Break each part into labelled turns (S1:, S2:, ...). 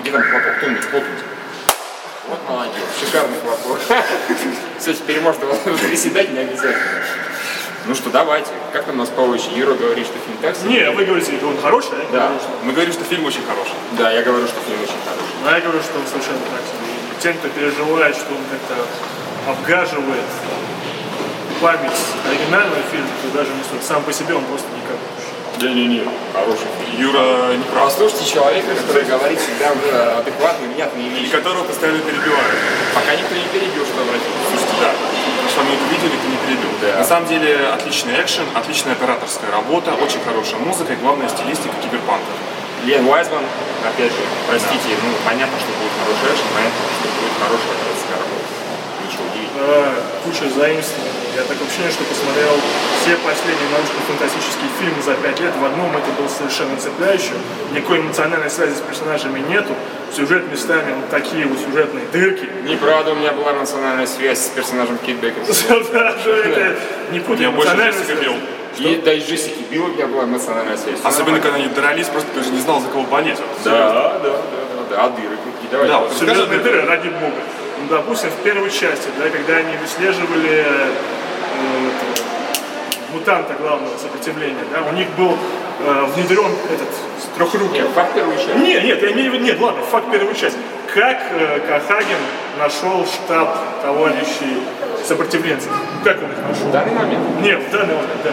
S1: Где вам хлопок? Кто-нибудь, хлопните. Вот молодец, шикарный хлопок. Все, теперь можно приседать не обязательно. Ну что, давайте. Как там у нас получше? Юра говорит, что фильм так себе.
S2: Не, вы говорите, он хороший, а я
S1: Да.
S2: говорю, что-
S3: Мы говорим, что фильм очень хороший.
S1: Да, я говорю, что фильм очень хороший.
S2: а я говорю, что он совершенно так себе. И Тем, кто переживает, что он как-то обгаживает память оригинального фильма, то даже не стоит. Сам по себе он просто никак.
S3: Не-не-не, хороший фильм. Юра не прав.
S1: Послушайте человека, который говорит всегда э, адекватные, внятные
S3: И
S1: вещи.
S3: которого постоянно перебивают.
S1: Пока никто не перебил, что обратить.
S3: Слушайте, да. Потому что мы это видели, ты не перебил.
S1: Да.
S3: На самом деле, отличный экшен, отличная операторская работа, очень хорошая музыка и, главное, стилистика киберпанка.
S1: Лен Уайзман, опять же, простите, ну понятно, что будет хороший экшен, понятно, что будет хорошая операторская работа. Ничего удивительного.
S2: А, куча заимствований. Я такое ощущение, что посмотрел все последние научно-фантастические фильмы за пять лет. В одном это было совершенно цепляюще. Никакой эмоциональной связи с персонажами нету. Сюжет местами вот такие вот сюжетные дырки.
S1: Неправда, у меня была эмоциональная связь с персонажем Кит Бекинсона.
S2: Даже это не путь
S3: Я больше
S2: эмоциональной
S3: Джессика
S2: связи.
S3: Бил.
S1: И да и Джессики Билл у меня была эмоциональная связь. Всё
S3: Особенно,
S1: нормально.
S3: когда они дрались, просто даже не знал, за кого болеть. Вот,
S1: Да,
S3: серьезно.
S1: да, да, да, да. А дыры какие? Давай.
S3: Да,
S1: давай.
S3: вот
S2: Сюжетные
S3: Расскажи,
S2: дыры ради бога. Ну, допустим, в первой части, да, когда они выслеживали э, этого, мутанта главного сопротивления, да, у них был э, внедрен этот трехрукий.
S1: Нет, факт первый еще.
S2: Нет, нет, я имею в виду, нет, ладно, факт первой части. Как э, Кахагин нашел штаб товарищей сопротивленцев? Ну, Как он их нашел?
S1: В данный момент.
S2: Нет, в данный момент, да.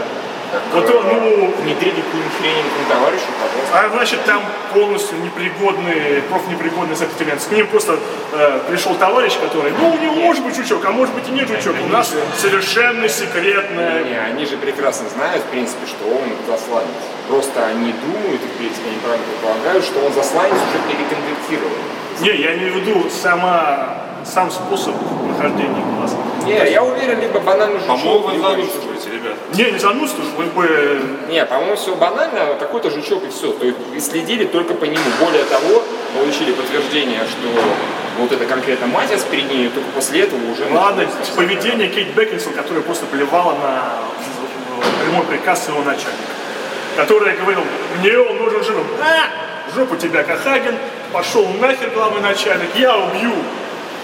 S2: Вот он, ну,
S1: Внедрили какую-нибудь хрень к товарищу, пожалуйста.
S2: а значит, там полностью непригодные, профнепригодные сопротивленцы. К ним просто э, пришел товарищ, который, ну, у него может быть жучок, а может быть и нет жучок. У нас совершенно секретная...
S1: Не, они же прекрасно знают, в принципе, что он засланец. Просто они думают, и, в принципе, они правильно предполагают, что он засланец уже переконвертирован.
S2: Не, я имею в виду сама, сам способ нахождения глаз.
S1: Не, я уверен, либо банально жучок,
S3: По-моему, А вы
S1: либо еще
S3: занудствуете, ребят.
S2: Не, не занудствуешь, вы бы...
S1: Не, по-моему, все банально, какой-то жучок и все. То есть и следили только по нему. Более того, получили подтверждение, что вот это конкретно Матиас перед ней, и только после этого уже... ну,
S2: Ладно,
S1: началось.
S2: поведение Кейт Бекинсон, которая просто плевала на э, прямой приказ своего начальника, которая говорила, мне он нужен живым. А, в жопу тебя, Кахагин, пошел нахер главный начальник, я убью.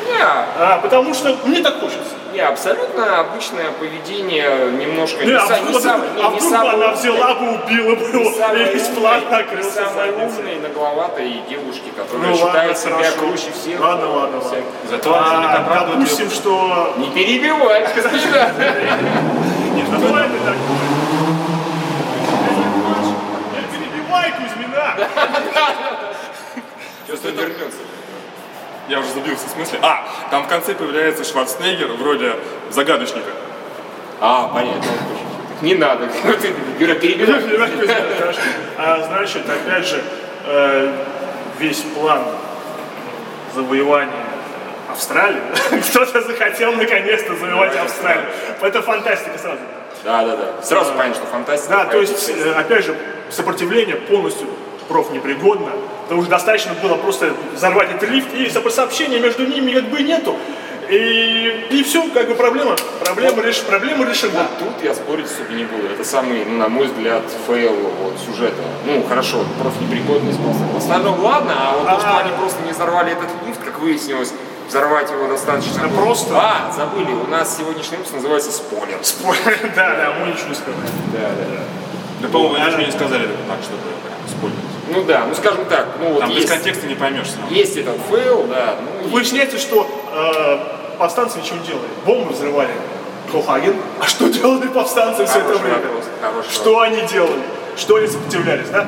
S1: Не,
S2: А, потому что мне так хочется.
S1: не, абсолютно обычное поведение, немножко...
S2: Не, а
S1: са-
S2: вдруг,
S1: самый- не-
S2: а
S1: не
S2: вдруг
S1: самый
S2: она
S1: умный,
S2: взяла бы, убила бы
S1: не
S2: его
S1: самый
S2: и бесплатно
S1: умный, не
S2: окрылся
S1: самый
S2: задницей.
S1: умный, нагловатой девушки, которая
S2: Ну ладно,
S1: считает себя
S2: хорошо.
S1: круче всех.
S2: Ладно, ладно,
S1: всех.
S2: ладно.
S3: Зато она
S2: А,
S3: так оправдывает
S2: допустим, что...
S1: Не перебивай, господи.
S2: Не называй ты так. Я перебиваю Кузьмина.
S1: Сейчас он вернется.
S3: Я уже забился в смысле. А, там в конце появляется Шварценеггер, вроде загадочника.
S1: А, понятно. Не надо. Ты, Юра, перебивай.
S2: Хорошо. А, Значит, опять же, э, весь план завоевания Австралии. Кто-то захотел наконец-то завоевать Австралию. Это фантастика сразу.
S1: Да, да, да. Сразу понятно, что фантастика.
S2: Да, то есть, э, опять же, сопротивление полностью профнепригодно. Потому что достаточно было просто взорвать этот лифт, и сопо- сообщения между ними как бы и нету. И, и все, как бы проблема. Проблема, реш, проблема решена.
S1: Тут я спорить особо не буду. Это самый, ну, на мой взгляд, фейл вот, сюжета. Ну, хорошо, просто непригодный способ. В основном, ладно, а вот то, что
S2: А.
S1: они просто не взорвали этот лифт, как выяснилось, взорвать его достаточно
S2: Да
S1: было.
S2: просто.
S1: А, забыли, у нас сегодняшний выпуск называется «Спойлер».
S2: Да, да, мы ничего не сказали.
S1: Да, да.
S3: Да, по-моему, они же не сказали так, чтобы прям использовать.
S1: Ну да, ну скажем так, ну вот
S3: Там без
S1: есть,
S3: контекста не поймешь сам.
S1: есть этот фейл, да, ну и-
S2: Выясняется, что э, повстанцы ничего не делали. Бомбы взрывали Кохаген. А что делали повстанцы все это
S1: Хороший
S2: время?
S1: вопрос, хороший
S2: Что они делали? Что они сопротивлялись, да?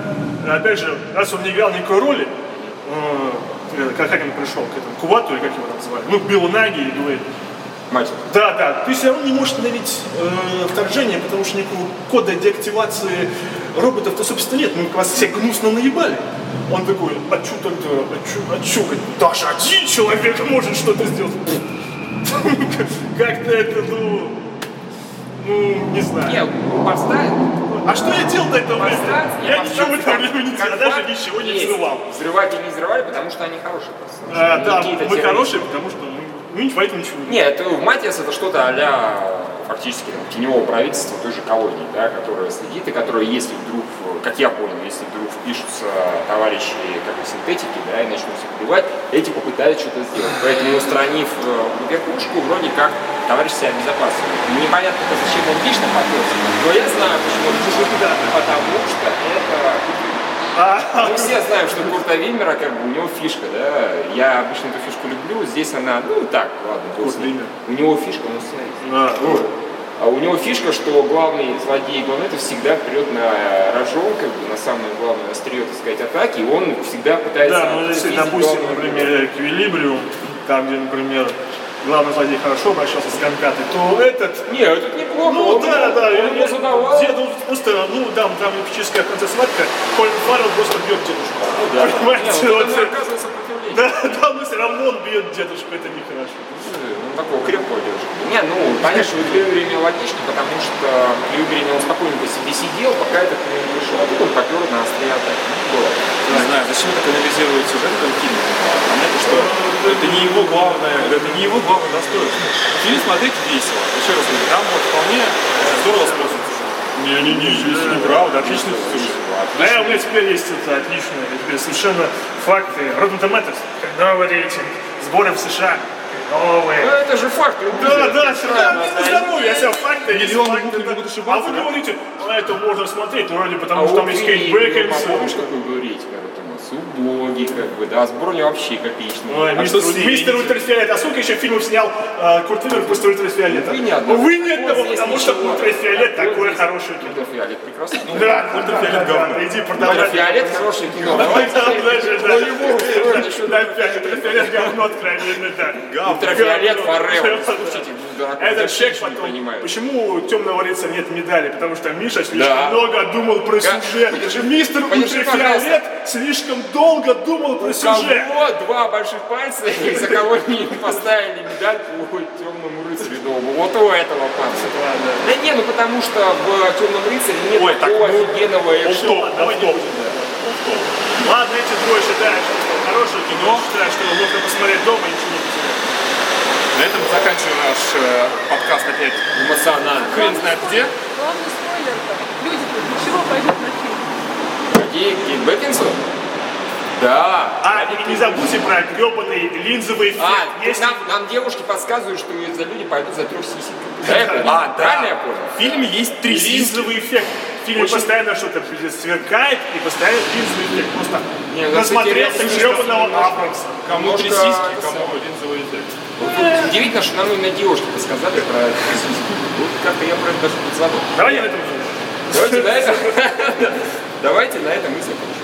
S2: Опять же, раз он не играл никакой роли, э, Кохаген пришел к этому Кувату, или как его там называли, ну, к Биллу Наги и говорит,
S1: Мать.
S2: да, да, ты все равно не можешь остановить э, вторжение, потому что никакого кода деактивации роботов-то, собственно, нет. Мы вас все гнусно наебали. Он такой, а чё тогда, а чё, а чё, Говорит, даже один человек может что-то сделать. Как-то это, ну, ну, не знаю.
S1: Не, поставил.
S2: А что я делал до этого времени?
S1: Повстанцы,
S2: Я
S1: повстанцы
S2: ничего в это
S1: там,
S2: время не
S1: как
S2: делал, я даже
S1: факт,
S2: ничего не
S1: есть.
S2: взрывал.
S1: Взрывать или не взрывали, потому что они хорошие просто. потому что
S2: А,
S1: они
S2: Да,
S1: какие-то
S2: мы
S1: террористы.
S2: хорошие, потому что мы- мы не поэтому ничего не
S1: Нет, в Матиас это что-то а-ля фактически там, теневого правительства той же колонии, да, которое следит и которое, если вдруг, э, как я понял, если вдруг впишутся товарищи как бы, синтетики, да, и начнут их убивать, эти попытаются что-то сделать. Поэтому, устранив э, верхушку, вроде как товарищ себя обезопасивает. И Непонятно, зачем он лично попился, но я знаю, почему он пошел туда. Потому что это
S2: А,
S1: мы все знаем, Ну, что Курта Вимера, как бы, у него фишка, да. Я обычно эту фишку люблю, здесь она, ну так, ладно, бог с ней.
S2: Вимер.
S1: У него фишка, он сценарист.
S2: А, вот.
S1: А у него фишка, что главный злодей, главный, это всегда прет на рожон, как бы, на самое главное острие, так сказать, атаки, и он всегда пытается...
S2: Да, ну если,
S1: отпустить
S2: допустим,
S1: главного.
S2: например, эквилибриум, там, где, например, главный злодей хорошо обращался с конкатой, то этот...
S1: Не, это неплохо,
S2: Ну
S1: он,
S2: да, да,
S1: он
S2: я-
S1: его задавал.
S2: Дед, он просто, ну да, там эпическая концессватка, Колин Фаррелл просто бьет дедушку.
S1: Ну, Да.
S2: Понимаете,
S1: Не, вот
S2: вот
S1: это
S2: это-
S1: оказывается сопротивление.
S2: Да, да, но все равно он бьет дедушку, это нехорошо.
S1: Ну, такого крепкого держит. Не, ну, конечно, в Клюверине логичнее, потому что Клюверине он спокойненько себе сидел, пока этот не вышел. А тут он попер на острие атаки. Ну, было.
S3: Не знаю, зачем так анализируют сюжет этого фильма. Понятно, что это не его главное, это не его главное достоинство. Фильм смотреть весело. Еще раз говорю, там вот вполне э, здорово способ сюжет. Не-не-не, это неправда, отличный сюжет.
S2: Да, Ну, у меня теперь есть это отличное, теперь совершенно факты. Rotten Tomatoes, новый рейтинг, сборы в США, новые.
S1: Ну, это же факт. любитель.
S2: Да, да, все
S1: Да,
S2: равно,
S1: да,
S2: не здоровье, я себя факты, есть
S3: Миллионы
S2: факты,
S3: букв не
S2: да.
S3: могут
S2: А
S3: ошибаться,
S2: вы
S3: да?
S2: говорите, а это можно смотреть, ну, вроде
S1: А
S2: потому что там
S1: у
S2: есть
S1: Клини,
S2: Кейт
S1: ну,
S2: Бекинс.
S1: Помнишь, какой был рейтинг? Вот там, с убоги, как бы, да, сборня вообще копеечная.
S2: Ой,
S3: А что
S2: мистер,
S3: с ней?
S2: мистер Ультрафиолет, а сколько еще фильмов снял э, Курт Вимер после Ультрафиолета?
S1: Увы, ни одного.
S2: Увы, ни
S1: Вот
S2: одного,
S1: здесь
S2: потому что
S1: ничего. Вот
S2: Ультрафиолет такое
S1: здесь
S2: хорошее кино.
S1: Ультрафиолет прекрасно.
S2: Да, Ультрафиолет говно. Иди продавай.
S1: Ультрафиолет хорошее кино.
S2: Давай
S1: Давайте
S2: там дальше, да.
S1: его устроили еще
S2: Да, опять Ультрафиолет говно, откровенно, да.
S1: Ультрафиолет Форел.
S2: Да.
S1: Слушайте, ну, да,
S2: Этот
S1: даже
S2: чек
S1: женщины не
S2: потом.
S1: понимают.
S2: Почему у темного лица нет медали? Потому что Миша слишком
S1: Да.
S2: много думал про
S1: Га-
S2: сюжет.
S1: подержи-
S2: Мистер
S1: подержи,
S2: Ультрафиолет слишком долго думал про сюжет.
S1: Кого два больших пальца, и за кого не поставили медаль по темному рыцарю дома. Вот у этого пальца.
S2: Ладно.
S1: Да не, ну потому что в темном рыцаре нет
S3: Ой, так,
S1: такого
S3: ну,
S1: офигенного экшена.
S3: Офтоп, офтоп.
S2: Ладно, эти двое считают, что хорошее кино, считают, что его можно посмотреть дома и ничего не потерять.
S3: На этом заканчиваем наш э, подкаст опять.
S1: Эмоционально.
S3: Хрен знает где.
S4: Главный спойлер-то. Люди для чего пойдут на фильм?
S1: Какие? Кейт Бекинсу? Да.
S2: А, и не забудьте про гребаный линзовый эффект.
S1: А,
S2: Если-
S1: нам, нам девушки подсказывают, что за люди пойдут за трех сисек. Да, я понял?
S3: А,
S1: Правильно я понял?
S3: В фильме есть три линзы.
S2: линзовый эффект. В фильме
S3: Очень-
S2: постоянно что-то блин, сверкает и постоянно линзовый эффект. Просто
S1: Не, ну,
S2: насмотрелся
S1: кстати,
S2: гребаного Абрамса.
S3: Кому три
S1: Немножко
S3: сиськи,
S1: это
S3: кому линзовый эффект.
S1: Вот Удивительно, что нам именно девушки подсказали про трех сисек. Вот как-то я про это даже не задумал.
S2: Давай я на этом же.
S1: Давайте на этом. Давайте на этом и закончим.